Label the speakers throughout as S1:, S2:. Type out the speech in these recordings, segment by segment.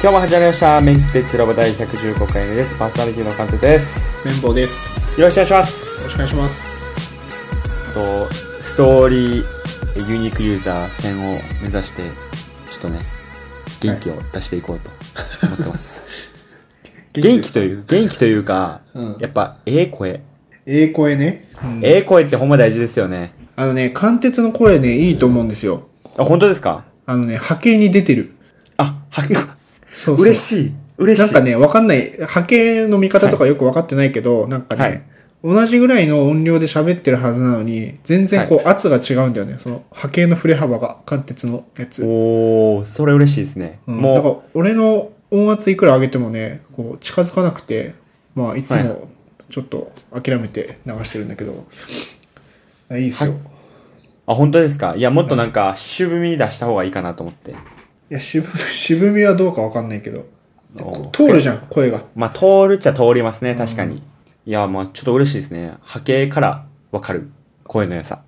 S1: 今日も始まりましたメンテツラボ第115回目ですパーソナリティの関東です
S2: 綿棒です。よ
S1: よろしくお願いします
S2: ろしくお願いします。
S1: とストーリーユニークユーザー戦を目指してちょっとね元気を出していこうと思ってます、 元気という元気というか、
S2: うん
S1: やっぱええ声、
S2: ええ声ね。うん
S1: ええ声ってほんま大事ですよね
S2: あのね、貫徹の声ね、いいと思うんですよ。
S1: あ本当ですか
S2: あのね、波形に出てる。
S1: あはけ
S2: そうそう。
S1: 嬉しい嬉しい
S2: なんかね、わかんない。波形の見方とかよくわかってないけど、なんかね、
S1: はい
S2: 同じぐらいの音量で喋ってるはずなのに、全然こう圧が違うんだよね。その波形の振れ幅が、貫徹のやつ。
S1: おおそれ嬉しいですね、
S2: うん、だか
S1: も
S2: ら俺の音圧いくら上げてもねこう近づかなくてまあいつ
S1: は
S2: もちょっと諦めて流してるんだけど、あい、いですよ、、
S1: はいうあ本当ですかいやもっとなんか渋み出した方がいいかなと思って
S2: や渋 渋みはどうかわかんないけど
S1: お
S2: こう通るじゃん声が
S1: まあ通るっちゃ通りますね確かに、いやまあちょっと嬉しいですね波形から分かる声の良さ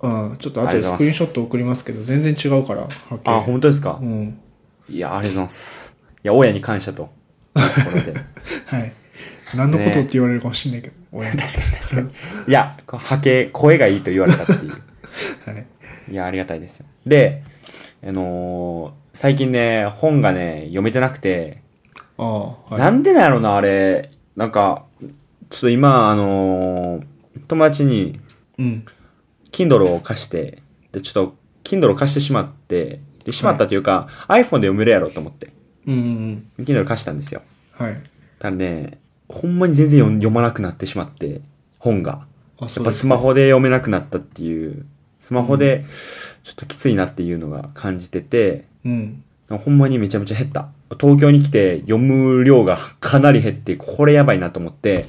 S2: うんちょっと
S1: あ
S2: 後
S1: り
S2: で
S1: がとうござい
S2: スク
S1: ます
S2: リーンショット送りますけど全然違うからはっきり
S1: あ本当ですか、
S2: うん
S1: いやありがとうございますいや親に感謝 というところで
S2: はい何のことって言われるかもしれないけど、親に
S1: 確かにいやこう波形声がいいと言われたっていう
S2: はい、
S1: いやありがたいですよであのー最近ね本がね読めてなくて
S2: ああはい
S1: なんでなんやろな、あれ。なんか、ちょっと今、あのー友達に、
S2: うん、
S1: Kindle を貸して、で、ちょっと、Kindle を貸してしまって、で、しまったというか、iPhone で読めるやろうと思って、
S2: うんうんうん、
S1: Kindle 貸したんですよ。
S2: はい
S1: ただね、ほんまに全然読読まなくなってしまって、本が。
S2: あ
S1: や
S2: そ
S1: っ
S2: う
S1: ぱ
S2: です
S1: スマホで読めなくなったっていう、スマホで、ちょっときついなっていうのが感じてて、
S2: うん
S1: ほんまにめちゃめちゃ減った。東京に来て読む量が かなり減って、これやばいなと思って。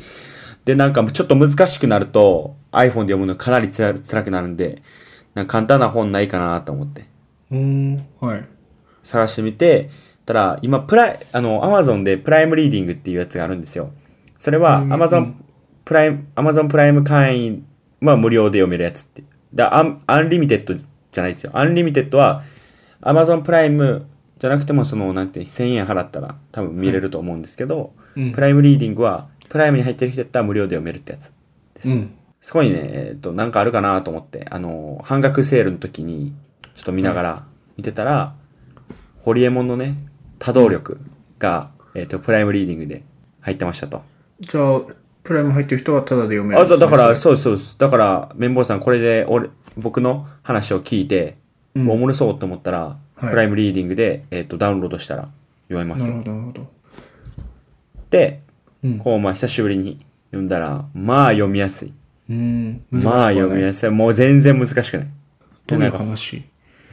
S1: で、なんかちょっと難しくなると iPhone で読むのかなりつら辛くなるんで、なんか簡単な本ないかなと思って
S2: うんはい
S1: 探してみて、ただ今プライ、あの、Amazon でプライムリーディングっていうやつがあるんですよ。それは
S2: うん
S1: Amazon プライム、Amazon プライム会員は無料で読めるやつって。だアンアンリミテッドじゃないですよ。アンリミテッドは Amazon プライムじゃなくてもその、なんて、1000円払ったら多分見れると思うんですけど、
S2: うん
S1: プライムリーディングはプライムに入ってる人やったら無料で読めるってやつ。
S2: うん
S1: そこにね、えっ、と、なんかあるかなと思って、あの、半額セールの時に、ちょっと見ながら、見てたら、ホリエモンのね、多動力が、えっ、と、プライムリーディングで入ってましたと。
S2: じゃあ、プライム入ってる人はタダで読める
S1: あ、だだから、
S2: そ
S1: そうです、そうです。だから、綿棒さん、これで、俺、僕の話を聞いて、
S2: うん
S1: おもろそうと思ったら、
S2: はい
S1: プライムリーディングで、えっ、と、ダウンロードしたら、読めま
S2: うな
S1: す
S2: るほ
S1: よ。
S2: ど、なるほど。
S1: で、
S2: うん。
S1: こう、まあ、久しぶりに読んだら、まあ、読みやすい。
S2: うん。
S1: まあ、読み
S2: い。
S1: やすい。もう全然難しくない。
S2: どう
S1: ないん
S2: う
S1: か
S2: 話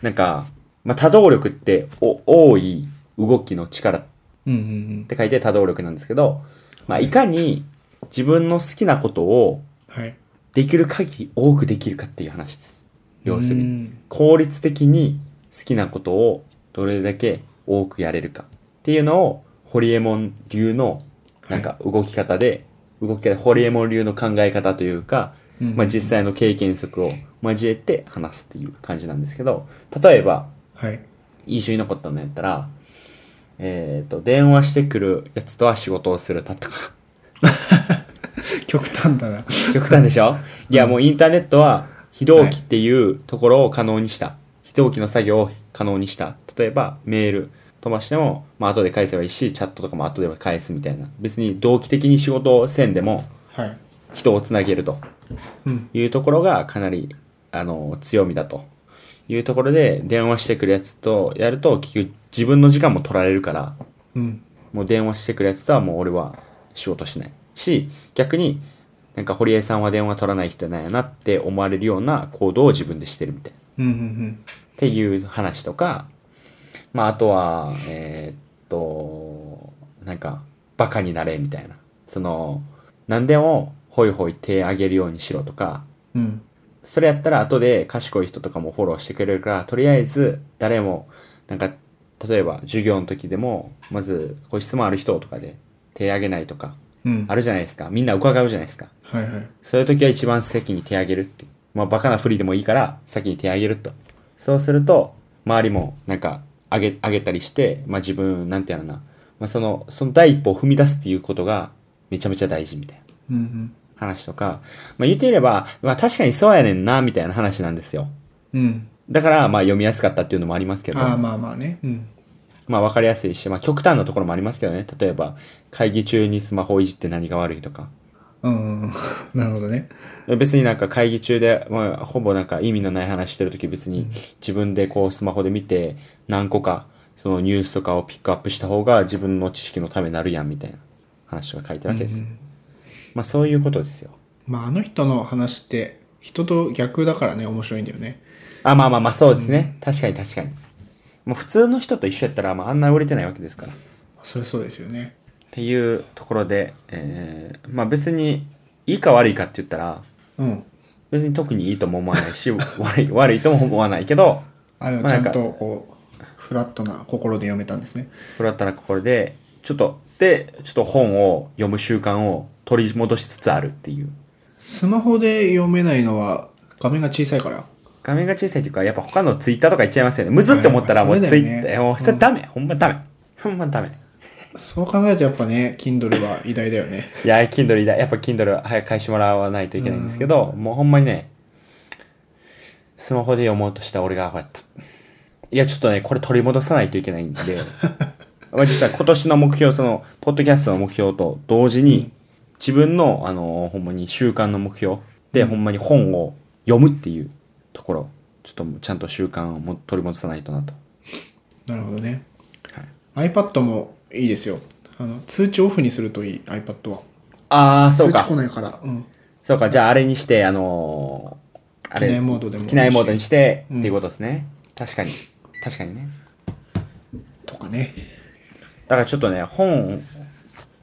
S1: なんか、まあ、多動力って、お、多い動きの力っ
S2: うんうん
S1: て書いて多動力なんですけど、まあ、いかに自分の好きなことを
S2: うん。はい。
S1: できる限り多くできるかっていう話です。要する
S2: う
S1: に、
S2: ん
S1: 効率的に好きなことをどれだけ多くやれるかっていうのを、ホリエモン流の、なんか動き方で、動き方、ホリエモン流の考え方というか、
S2: うん
S1: まあ、実際の経験則を交えて話すっていう感じなんですけど、例えば、
S2: はい。
S1: 印象に残ったのやったら、えっ、と、電話してくるやつとは仕事をするなとか。
S2: 極端だな。
S1: 極端でしょいや、もうインターネットは非同期っていうところを可能にした。非同期の作業を可能にした。例えば、メール飛ばしても、まあ、後で返せばいいし、チャットとかも後で返すみたいな。別に同期的に仕事をせんでも、
S2: はい。
S1: 人をつなげると
S2: うん。
S1: いうところがかなり、あの、強みだと。いうところで、電話してくるやつとやると、結局自分の時間も取られるから、
S2: うん。
S1: もう電話してくるやつとはもう俺は仕事しないし逆になんか堀江さんは電話取らない人なんやなって思われるような行動を自分でしてるみたいな
S2: うんうんうん。
S1: っていう話とかまああとはえーっとなんかバカになれみたいなその何でもホイホイ手あげるようにしろとか
S2: うん。
S1: それやったら後で賢い人とかもフォローしてくれるから、とりあえず誰も、なんか、例えば授業の時でも、まず、こう質問ある人とかで手挙げないとか、
S2: うん。
S1: あるじゃないですか。みんな伺うじゃないですか。
S2: はいはい。
S1: そういう時は一番先に手挙げるっていう。まあ、バカなふりでもいいから、先に手挙げると。そうすると、周りも、なんか、あげ、あげたりして、まあ自分、なんていうのかな、まあ、その、その第一歩を踏み出すっていうことがめちゃめちゃ大事みたいな
S2: うんうん
S1: 話とか、まあ、言ってみれば、まあ、確かにそうやねんな、みたいな話なんですよ。
S2: うん
S1: だから、まあ、読みやすかったっていうのもありますけど、
S2: ああまあまあねうん
S1: まあ、わかりやすいし、まあ、極端なところもありますけどね。例えば、会議中にスマホをいじって何が悪いとか。
S2: うん うんなるほどね
S1: 別になんか会議中で、まあ、ほぼなんか意味のない話してるとき別に自分でこうスマホで見て何個かそのニュースとかをピックアップした方が自分の知識のためになるやんみたいな話が書いてるわけですよ。まあそういうことですよ。
S2: まああの人の話って人と逆だからね面白いんだよね
S1: あ、まあまあまあそうですね。確かに確かに。もう普通の人と一緒やったら、まあ、あんな売れてないわけですから。っ
S2: そりゃそうですよね
S1: ていうところで、えーまあ別にいいか悪いかって言ったら
S2: うん
S1: 別に特にいいとも思わ ないし悪い悪いとも思わないけど
S2: あでも
S1: まあ
S2: ち
S1: なん
S2: ゃん
S1: か
S2: とこうフラットな心で読めたんですね
S1: これだったらこれでちょっとでちょっと本を読む習慣を取り戻しつつあるっていう
S2: スマホで読めないのは画面が小さいから
S1: 画面が小さいというかやっぱ他のツイッターとかいっちゃいますよねむずって思ったらもう
S2: それ
S1: ツ
S2: だ
S1: イ
S2: よ
S1: ッ
S2: ね
S1: ター、もうそれダメ、ほんまダメほんまダメ
S2: そう考えるとやっぱね Kindle は偉大だよね
S1: いや Kindle いらやっぱ Kindle は早く返してもらわないといけないんですけどもうほんまにねスマホで読もうとした俺がアホやったいやちょっとねこれ取り戻さないといけないん でまあ実は今年の目標そのポッドキャストの目標と同時に自分のあのほんまに習慣の目標でほんまに本を読むっていうところちょっともうちゃんと習慣をも取り戻さないとなと、
S2: なるほどね
S1: はい、
S2: iPad もいいですよあの通知オフにするといい iPad は
S1: ああそう
S2: 通知
S1: か
S2: 来ないから、うん、
S1: そうか、じゃああれにして、あのー、あれ、
S2: 機内モードでも
S1: 機内モードにして、
S2: うん
S1: っていうことですね。確かに。確かにね。
S2: とかね
S1: だからちょっとね、本、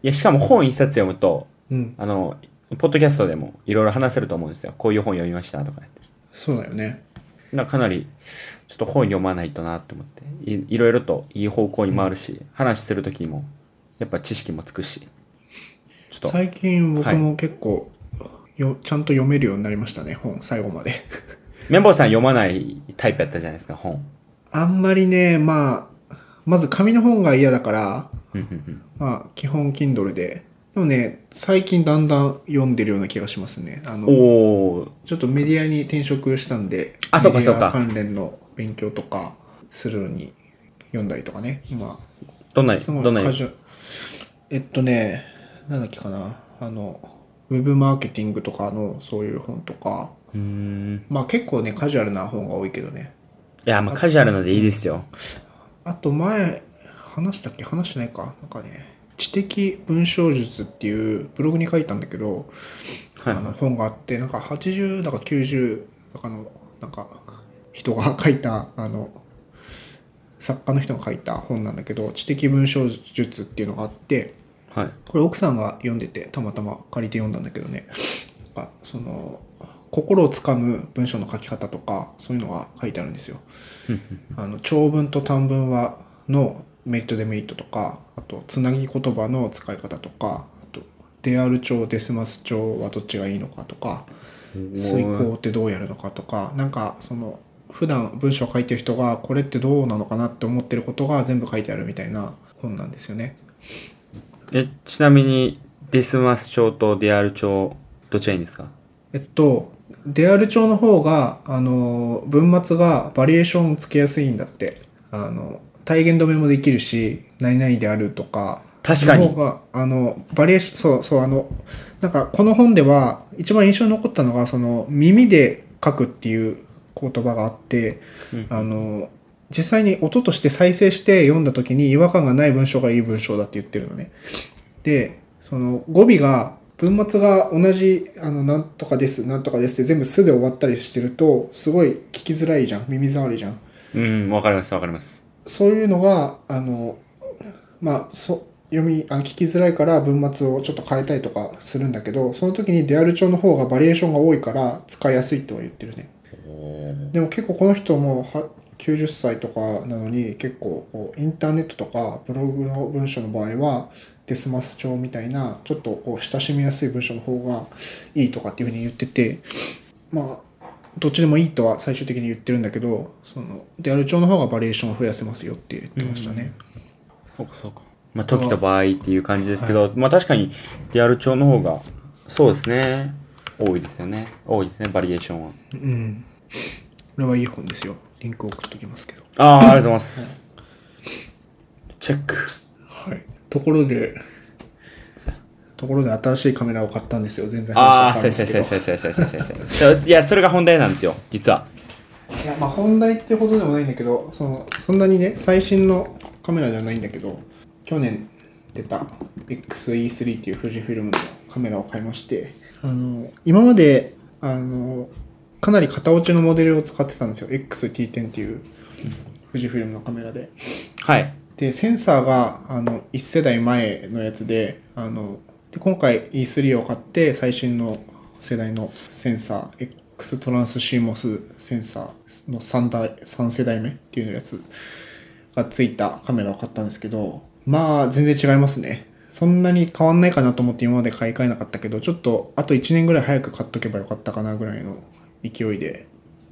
S1: いや、しかも本一冊読むと、
S2: うん
S1: あの、ポッドキャストでもいろいろ話せると思うんですよ。こういう本読みましたとかやって。
S2: そうだよね
S1: だからかなり、ちょっと本読まないとなって思って、いいろいろといい方向に回るし、話するときにも、やっぱ知識もつくし、ちょっと、
S2: 最近僕も結構、よちゃんと読めるようになりましたね本最後まで
S1: 綿棒さん読まないタイプやったじゃないですか、本。
S2: あんまりねまあまず紙の本が嫌だから
S1: うんうんうん。
S2: まあ基本 Kindle ででもね最近だんだん読んでるような気がしますねあの
S1: おー、
S2: ちょっとメディアに転職したんで
S1: あそうか
S2: メディ
S1: そ
S2: ア
S1: うか
S2: 関連の勉強とかするのに読んだりとかねまあ
S1: どんな、
S2: すごい
S1: どんな
S2: カジュえっとね、なんだっけかな、あの、ウェブマーケティングとかのそういう本とか、
S1: うーん
S2: まあ結構ね、カジュアルな本が多いけどね。
S1: いや、まあカジュアルのでいいですよ。
S2: あと前、話したっけ話してないか。なんかね、知的文章術っていうブログに書いたんだけど、
S1: はい
S2: あの本があって、なんか80だか90だかの、なんか人が書いた、あの、作家の人が書いた本なんだけど、知的文章術っていうのがあって、
S1: はい。
S2: これ奥さんが読んでてたまたま借りて読んだんだけどねなんかその心をつかむ文章の書き方とかそういうのが書いてあるんですよ。あの長文と短文はのメリットデメリットとかあとつなぎ言葉の使い方とかあとデアル調デスマス調はどっちがいいのかとか遂行ってどうやるのかとかなんかその普段文章を書いてる人がこれってどうなのかなって思ってることが全部書いてあるみたいな本なんですよね。
S1: え、ちなみに、デスマス調とデアル調、どっちがいいんですか
S2: えっと、デアル調の方が、あの、文末がバリエーションつけやすいんだって。あの、体現止めもできるし、何々であるとか。
S1: 確かに
S2: の方が、あの、バリエーション、そうそう、あの、なんかこの本では一番印象に残ったのが、その、耳で書くっていう言葉があって、
S1: うん
S2: あの、実際に音として再生して読んだ時に違和感がない文章がいい文章だって言ってるのね。でその語尾が文末が同じ「あのなんとかですなんとかです」って全部「す」で終わったりしてるとすごい聞きづらいじゃん耳障りじゃん
S1: うん、わかります、わかります。
S2: そういうのがあのまあそ読みあ聞きづらいから文末をちょっと変えたりとかするんだけどその時にデアル調の方がバリエーションが多いから使いやすいとは言ってるねでも結構この人もは90歳とかなのに結構こうインターネットとかブログの文章の場合はデスマス調みたいなちょっとこう親しみやすい文章の方がいいとかっていうふうに言っててまあどっちでもいいとは最終的に言ってるんだけどそのデアル調の方がバリエーションを増やせますよって言ってましたね。
S1: そうか、そうか。まあ、時と場合っていう感じですけど、まあ確かにリアル調の方が、そうですね。多いですよね。多いですね、バリエーションは。
S2: うん。これはいい本ですよ。リンク送っときますけど。
S1: ああ、ありがとうございます。チェック。
S2: はい。ところで、ところで新しいカメラを買ったんですよ。全然
S1: あ
S2: 話
S1: あ、
S2: し
S1: せ
S2: た
S1: いせい
S2: け
S1: せ
S2: ど
S1: いせいせいせいせいせいせい。いや、それが本題なんですよ、実は。
S2: いや、まあ本題ってほどでもないんだけど、その、そんなにね、最新のカメラではないんだけど、去年出た XE3 っていう富士フィルムのカメラを買いまして、あの、今まで、あの、かなり型落ちのモデルを使ってたんですよ。XT10 っていう富士フィルムのカメラで。
S1: はい。
S2: で、センサーが、あの、1世代前のやつで、あの、で今回 E3 を買って、最新の世代のセンサー、X トランスシーモスセンサーの3代、3世代目っていうやつがついたカメラを買ったんですけど、まあ、全然違いますね。そんなに変わんないかなと思って今まで買い替えなかったけど、ちょっとあと1年ぐらい早く買っとけばよかったかなぐらいの勢いで、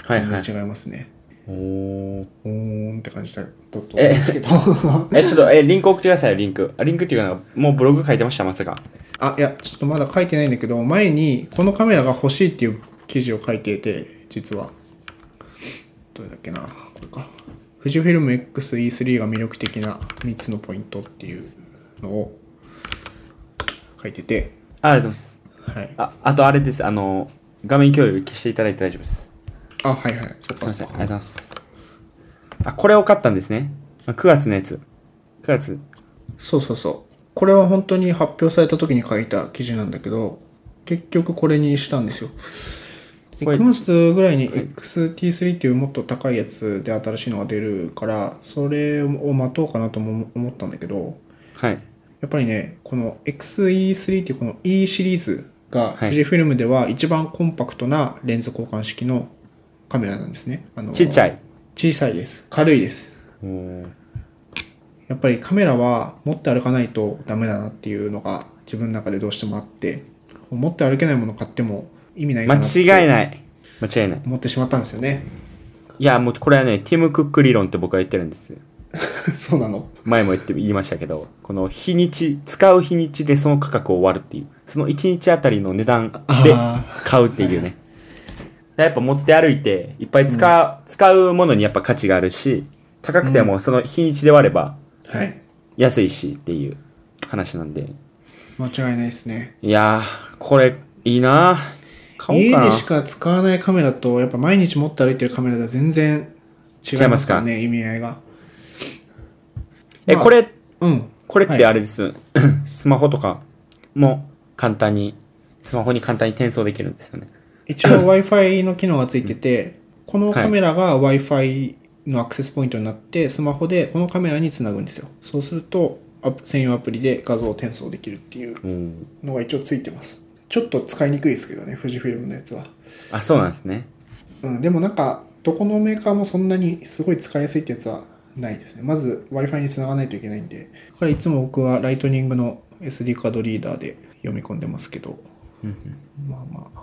S1: はい
S2: 全
S1: はい。
S2: 然違いますね。
S1: おー
S2: おーんって感じだったと思うんだけど。
S1: え、ちょっと、え、リンク送ってくださいよ、リンク。あ、リンクっていうかな、もうブログ書いてました、まさか。
S2: あ、いや、ちょっとまだ書いてないんだけど、前にこのカメラが欲しいっていう記事を書いていて、実は。どれだっけな、これか。富士フィルム XE3 が魅力的な3つのポイントっていうのを書いてて、
S1: あありがとうございます。
S2: はい。
S1: あ、あとあれです、あの、画面共有消していただいて大丈夫です。
S2: あ、はいはい、そっ
S1: すみ
S2: か
S1: ま。せん、ありがとうございます。あ、これを買ったんですね。あ9月のやつ。9月。
S2: そうそうそう。これは本当に発表された時に書いた記事なんだけど、結局これにしたんですよ。で
S1: はい
S2: 9月ぐらいに XT3 っていうもっと高いやつで新しいのが出るから、それを待とうかなとも思ったんだけど、
S1: はい。
S2: やっぱりね、この XE3 っていうこの E シリーズ
S1: は
S2: が
S1: い
S2: 富士フィルムでは一番コンパクトなレンズ交換式のカメラなんですね。あの
S1: ちっちゃ
S2: い。
S1: い。
S2: 小さいです。軽いです。
S1: おー
S2: やっぱりカメラは持って歩かないとダメだなっていうのが自分の中でどうしてもあって持って歩けないもの買っても意味ないか
S1: 間
S2: なって
S1: 違いない。間違いない。
S2: 思ってしまったんですよね
S1: いや、もうこれはね、ティム・クック理論って僕は言ってるんです。
S2: そうなの
S1: 前も言って言いましたけど、この日にち、使う日にちでその価格を割るっていう、その1日あたりの値段で
S2: あ
S1: 買うっていうね。やっぱ持って歩いて、いっぱい使う、使うものにやっぱ価値があるし、高くてもその日にちで割れば
S2: はい
S1: 安いしっていう話なんで。
S2: 間違いないですね
S1: いやー、これ、いいな買おう
S2: 家
S1: かな
S2: で。しか使わないカメラとやっぱ毎日持って歩いてるカメラでは全然違いますからね意味合いが
S1: え、
S2: まあ
S1: これ、
S2: うん
S1: これっ
S2: は
S1: て
S2: い
S1: あれです。 スマホとかも簡単に、スマホに簡単に転送できるんですよね。
S2: 一応 Wi-Fi の機能がついてて、このカメラが Wi-Fi のアクセスポイントになって、スマホでこのカメラにつなぐんですよ。そうすると、アプ専用アプリで画像を転送できるっていう
S1: うん。
S2: のが一応ついてます。ちょっと使いにくいですけどね、富士フィルムのやつは。
S1: あ、そうなんですね。
S2: うん、でもなんか、どこのメーカーもそんなにすごい使いやすいってやつはないですね。まず Wi-Fi につながないといけないんで。だからいつも僕はライトニングの SD カードリーダーで読み込んでますけど、まあまあ。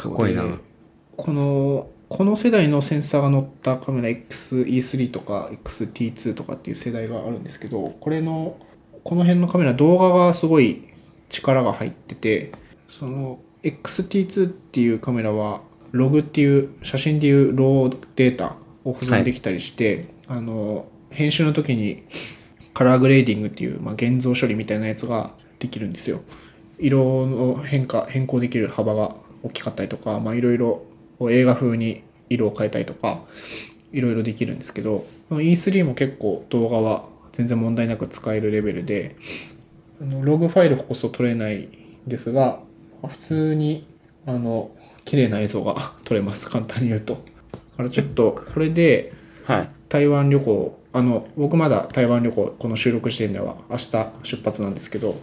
S1: かっこいいな
S2: そうでこの、この世代のセンサーが乗ったカメラ XE3 とか XT2 とかっていう世代があるんですけど、これの、この辺のカメラ動画がすごい力が入ってて、その XT2 っていうカメラは、ログっていう写真でいうローデータを保存できたりして、あの、編集の時にカラーグレーディングっていう、まあ、現像処理みたいなやつができるんですよ。色の変化、変更できる幅が大きかったりとか、まあ、いろいろ映画風に色を変えたりとか、いろいろできるんですけど、この E3 も結構動画は全然問題なく使えるレベルで、あのログファイルこそ取れないですが、普通に、あの、綺麗な映像が撮れます、簡単に言うと。だからちょっと、これで、
S1: はい。
S2: 台湾旅行あの僕まだ台湾旅行この収録時点では明日出発なんですけど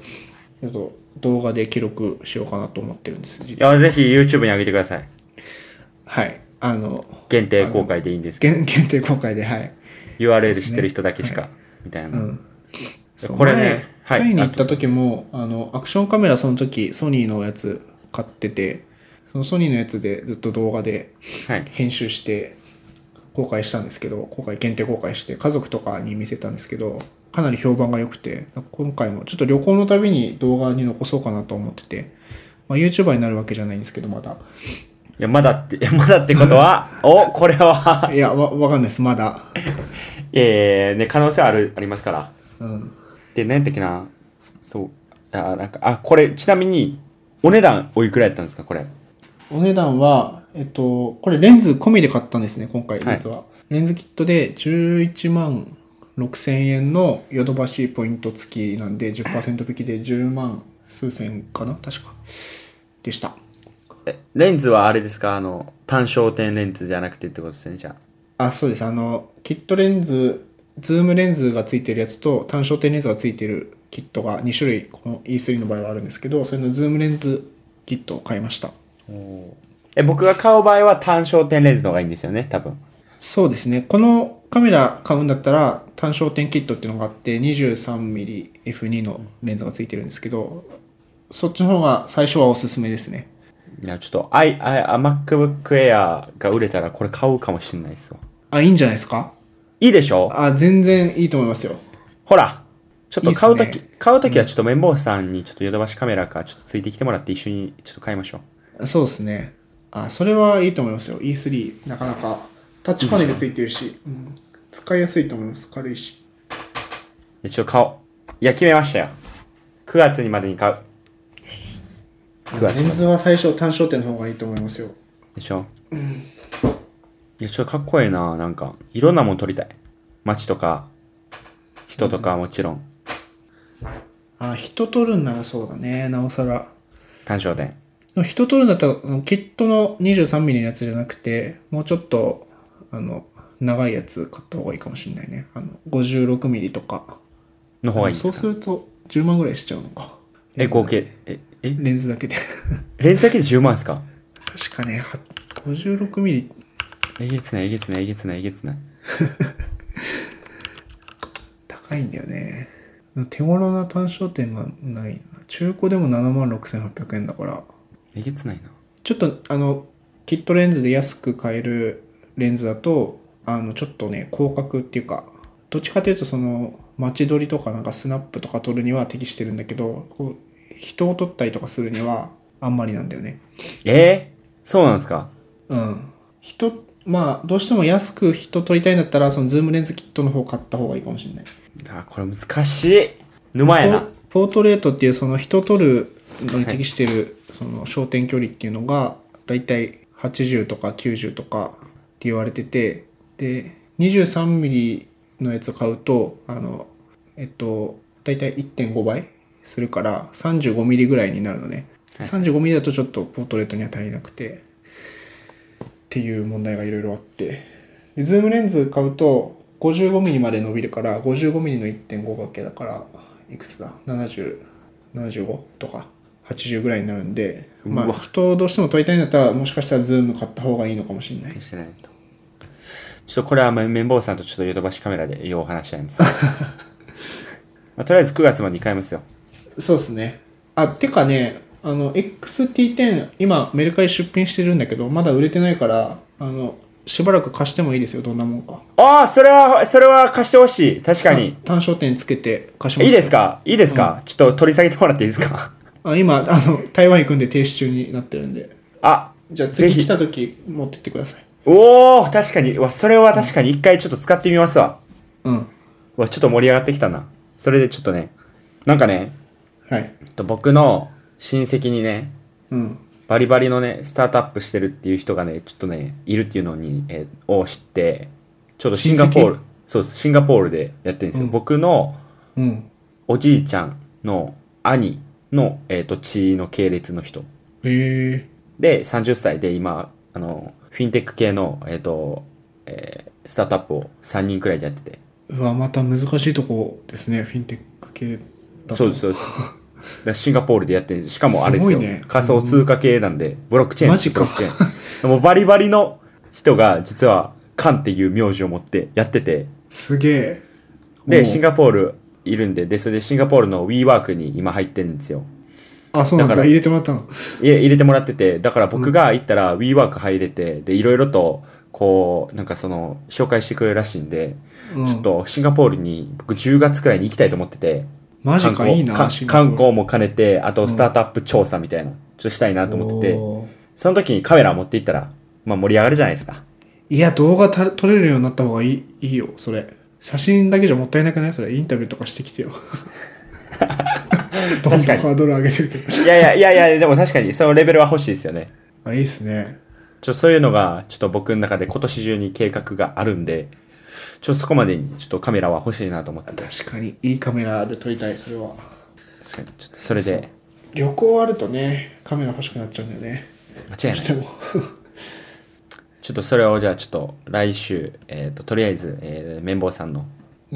S2: ちょっと動画で記録しようかなと思ってるんです
S1: いや、ぜひ YouTube に上げてください。
S2: はいあの
S1: 限定公開でいいんですけ
S2: 限限定公開ではい、
S1: ど、URL 知ってる人だけしか、みたいうな。
S2: ん、そう
S1: これねはい
S2: 前タイに行った時もあのアクションカメラその時ソニーのやつ買っててそのソニーのやつでずっと動画で
S1: はい。
S2: 編集して公開したんですけど、公開、限定公開して、家族とかに見せたんですけど、かなり評判が良くて、今回もちょっと旅行のたびに動画に残そうかなと思ってて、まあ、YouTuber になるわけじゃないんですけど、まだ。
S1: いや、まだって、い やまだってこと は、お、これは、
S2: いや、わ、わかんないです、まだ。
S1: えー、ね、可能性ある、ありますから。
S2: うん。
S1: で、何やったっけなそう。あ、なんか、あ、これ、ちなみに、お値段、おいくらやったんですか、これ。
S2: お値段は、えっと、これレンズ込みで買ったんですね、今回、実は。レンズキットで11万6000円のヨドバシポイント付きなんで、10%引きで10万数千かな確か。でした。
S1: えレンズはあれですかあの、単焦点レンズじゃなくてってことですよね、じゃあ。
S2: あ、そうです。あの、キットレンズ、ズームレンズが付いてるやつと単焦点レンズが付いてるキットが2種類、この E3 の場合はあるんですけど、それのズームレンズキットを買いました。
S1: え、僕が買う場合は単焦点レンズの方がいいんですよね、多分。
S2: そうですね。このカメラ買うんだったら、単焦点キットっていうのがあって、23mmF2 のレンズが付いてるんですけど、そっちの方が最初はおすすめですね。
S1: いや、ちょっと、アイ、アイ、あ MacBook Air が売れたらこれ買うかもしんないっすわ。
S2: あ、いいんじゃないですか
S1: いいでしょ
S2: あ、全然いいと思いますよ。
S1: ほらちょっと買うと
S2: いいっ
S1: き、
S2: すね
S1: 買うときはちょっと綿棒さんにちょっとヨドバシカメラかちょっとついてきてもらって一緒にちょっと買いましょう。
S2: そうですね。あ、それはいいと思いますよ。E3、なかなか。タッチパネル付いてるし、うん、使いやすいと思います。軽いし。
S1: いや、ちょっと買おう。いや、決めましたよ。9月にまでに買う。9月
S2: レンズは最初単焦点の方がいいと思いますよ。
S1: でしょいや、ちょっとかっこええな、なんか。いろんなもん撮りたい。街とか、人とかもちろん、
S2: あ、人撮るんならそうだね。なおさら。
S1: 単焦点。
S2: でも人撮るんだったら、あのキットの 23mm のやつじゃなくて、もうちょっと、あの、長いやつ買った方がいいかもしれないね。あの、56mm とか。
S1: の方がいいん
S2: そ
S1: で
S2: う
S1: す
S2: す
S1: か
S2: ると、10万ぐらいしちゃうのか。
S1: え、合計、え、え、
S2: レンズだけで。
S1: レンズだけで10万ですか
S2: 確かね、は 56mm、
S1: えげつない、えげつない、えげつない、えげつない。
S2: 高いんだよね。手頃な単焦点がないな。中古でも76,800円だから。
S1: えげつないな。
S2: ちょっと、あの、キットレンズで安く買えるレンズだと、あの、ちょっとね、広角っていうか、どっちかというとその、街撮りとかなんかスナップとか撮るには適してるんだけど、こう、人を撮ったりとかするにはあんまりなんだよね。
S1: えー、そうなんですか
S2: うん。人、まあ、どうしても安く人撮りたいんだったら、そのズームレンズキットの方買った方がいいかもしれない。
S1: あ、これ難しい。沼やな。
S2: ポポートレートっていうその人撮るのに適してるその焦点距離っていうのがだいたい80とか90とかって言われててで 23mm のやつを買うとあのえっとだいたい1.5倍するから 35mm ぐらいになるのね 35mm だとちょっとポートレートには足りなくてっていう問題がいろいろあってでズームレンズ買うと 55mm まで伸びるから 55mm の1.5掛けだからいくつだ7075とか80ぐらいになるんでま
S1: う
S2: あ
S1: わ
S2: 人をどうしても撮りたいんだったらもしかしたらズーム買った方がいいのかもしれない
S1: してないと。ちょっとこれはめ綿棒さんとちょっとヨドバシカメラでよう話し合います。まあ、とりあえず9月までに買いますよ。
S2: そうですねあてかねあの XT10 今メルカリ出品してるんだけどまだ売れてないからあのしばらく貸してもいいですよどんなもんか
S1: ああ、それは、それは貸してほしい。確かに。
S2: 単焦点つけて貸します
S1: いいですかいいですか、ちょっと取り下げてもらっていいですか
S2: あ今あの台湾行くんで停止中になってるんで
S1: あ、
S2: じゃあ
S1: ぜ
S2: 次
S1: ひ
S2: 来た時持ってってください
S1: おお確かに。うわ、それは確かに一回ちょっと使ってみますわ。
S2: うん
S1: うわ、ちょっと盛り上がってきたな。それでちょっとね、なんかね、
S2: はい
S1: えっと僕の親戚にね、
S2: うん
S1: バリバリのね、スタートアップしてるっていう人がね、ちょっとね、いるっていうのに、えーを知って、ちょっとシンガポール
S2: 親戚、
S1: そうです、シンガポールでやってるんですよ。
S2: うん
S1: 僕の
S2: うん
S1: おじいちゃんの兄の、えっ、と、血の系列の人。
S2: へえ
S1: で、30歳で今、あの、フィンテック系の、えっ、と、えースタートアップを3人くらいでやってて。
S2: うわまた難しいとこですねフィンテック系だと
S1: そうです、そうです。だからシンガポールでやってるしかもあれですよ
S2: すごいね
S1: 仮想通貨系なんで、ブロックチェーン
S2: マジか
S1: ブロックチェーンもうバリバリの人が実はカンっていう名字を持ってやってて
S2: すげえ
S1: でシン
S2: ガ
S1: ガポールいるんででそれでシンガポールの WeWork に今入ってるんですよ
S2: あそうなん
S1: だ
S2: だ
S1: から
S2: 入れてもらったの
S1: いや入れてもらっててだから僕が行ったら WeWork 入れてでいろいろとこう、なんかその、紹介してくれるらしいんで、
S2: うん
S1: ちょっとシンガポールに僕10月くらいに行きたいと思ってて、
S2: マジ
S1: 観
S2: か
S1: 光
S2: いいな
S1: か
S2: シンガポール
S1: 観光も兼ねて、あとスタートアップ調査みたいな、ちょっとしたいなと思ってて、
S2: おー
S1: その時にカメラ持って行ったら、まあ盛り上がるじゃないですか。
S2: いや動画た撮れるようになった方がいいいいよそれ写真だけじゃもったいなくないそれインタビューとかしてきてよ どんどん
S1: 確かに
S2: ハードル上げてるけど
S1: いやいや、いやいや、でも確かにそのレベルは欲しいですよね。
S2: あいいっすね
S1: ちょ、そういうのが、ちょっと僕の中で今年中に計画があるんで、ちょ、そこまでにちょっとカメラは欲しいなと思ってて、
S2: 確かにいいカメラで撮りたいそれは
S1: 確かにちょっとそれで、
S2: 旅行あるとねカメラ欲しくなっちゃうんだよね
S1: 間違いな
S2: どう
S1: い
S2: し。ても
S1: ちょっとそれをじゃあちょっと来週、えっととりあえず、えー、綿棒さんの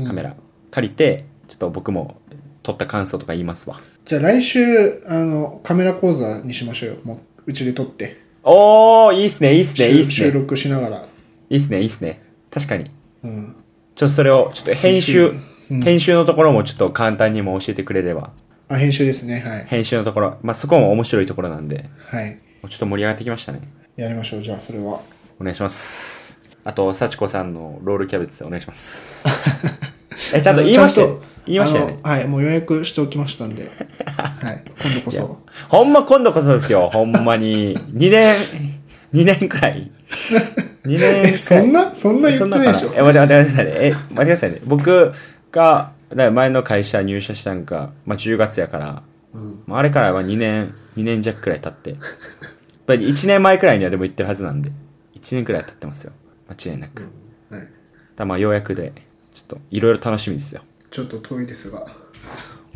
S1: カメラ借りて、ちょっと僕も撮った感想とか言いますわ。
S2: じゃあ来週あのカメラ講座にしましょうよもううちで撮って
S1: おー、いいっすね、いいっすね、いいっす
S2: 収
S1: ね。
S2: 録しながら
S1: いいっすね、いいっすね。確かに。
S2: うん
S1: ちょっとそれを、ちょっと編集、
S2: うん
S1: 編集のところもちょっと簡単にも教えてくれれば。
S2: あ編集ですねはい
S1: 編集のところ、まあ、そこも面白いところなんで、
S2: はい
S1: ちょっと盛り上がってきましたね。
S2: やりましょうじゃあそれは
S1: お願いします。あと、幸子さんのロールキャベツお願いし ます。え、ちゃんと言いました
S2: あの
S1: よ
S2: ちゃんと
S1: 言いましたよね。
S2: あのはいもう予約しておきましたん ではい今度こそ
S1: ほんま今度こそですよ、ほんまに。2年、2年くら い。2
S2: え
S1: 年く
S2: そ
S1: らい
S2: んなそんな言ってないでしょ
S1: え、待って待って待ってくださいね。え、待ってくださいね。僕が、だから前の会社入社したんが、まあ、10月やから、まあ、あれからは2年、2年弱くらい経って。1年前くらいにはでも行ってるはずなんで、1年くらい経ってますよ。間違いなく。
S2: はい
S1: ただまあ、ようやくで、ちょっと、いろいろ楽しみですよ。
S2: ちょっと遠いですが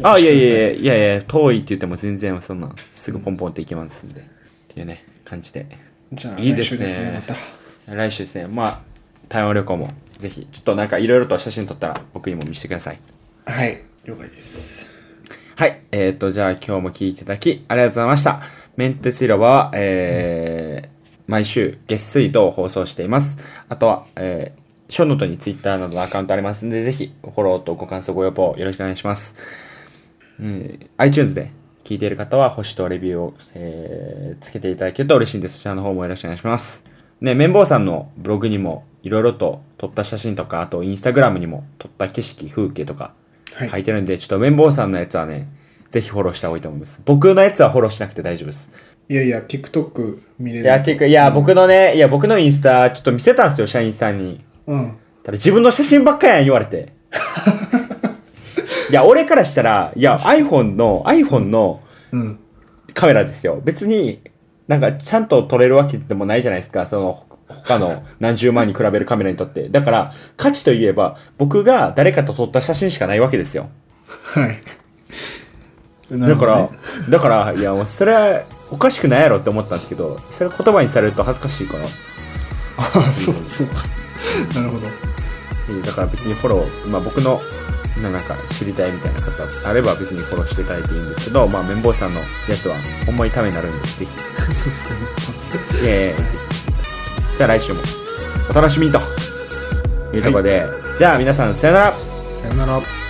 S1: あ、いやいやいやいやいや、遠いって言っても全然そんな、すぐポンポンっていきますんで。っていうね、感じで。
S2: じゃあ
S1: いい
S2: 来
S1: で
S2: 週
S1: すね
S2: ですねまた
S1: 来週ですね、まあ、台湾旅行も、ぜひ、ちょっとなんかいろいろと写真撮ったら僕にも見せてください。
S2: はい了解です
S1: はい。えっ、ー、と、じゃあ今日も聞いていただき、ありがとうございました。メンテス広場は、えー、毎週月水と放送しています。あとは、えー、ショーノートにツイッターなどのアカウントありますので、ぜひ、フォローとご感想、ご要望よろしくお願いします。うん、iTunes で聞いている方は、星とレビューを、えーつけていただけると嬉しいんです。そちらの方もよろしくお願いします。ね、綿棒さんのブログにも、いろいろと撮った写真とか、あと、インスタグラムにも撮った景色、風景とか、
S2: はい
S1: 入ってるんで、ちょっと綿棒さんのやつはね、ぜひフォローした方がいいと思います。僕のやつはフォローしなくて大丈夫です。
S2: いやいや TikTok 見れ
S1: い
S2: な
S1: や、
S2: い
S1: ていうか、いや、僕のね、いや、僕のインスタ、ちょっと見せたんですよ、社員さんに。
S2: うん
S1: ただ自分の写真ばっかやん言われ て。いや、俺からしたら、いや、iPhone の、iPhone の
S2: うん
S1: カメラですよ。別に、なんか、ちゃんと撮れるわけでもないじゃないですか、その、他の何十万に比べるカメラにとって。だから、価値といえば、僕が誰かと撮った写真しかないわけですよ。
S2: はい
S1: だか
S2: なる
S1: ら
S2: ほどね、
S1: だから、いや、もうそれはおかしくないやろって思ったんですけど、それ言葉にされると恥ずかしいから、
S2: あそうそうかなるほど
S1: うんだから別にフォロー、まあ僕の、ななんか知りたいみたいな方あれば別にフォローしていただいていいんですけど、まあ綿棒さんのやつはほんまにためになるんで、ぜひ、
S2: そうっすかね
S1: いやいやいやぜひ。じゃあ来週もお楽しみにというところで、じゃあ皆さんさよなら
S2: さよなら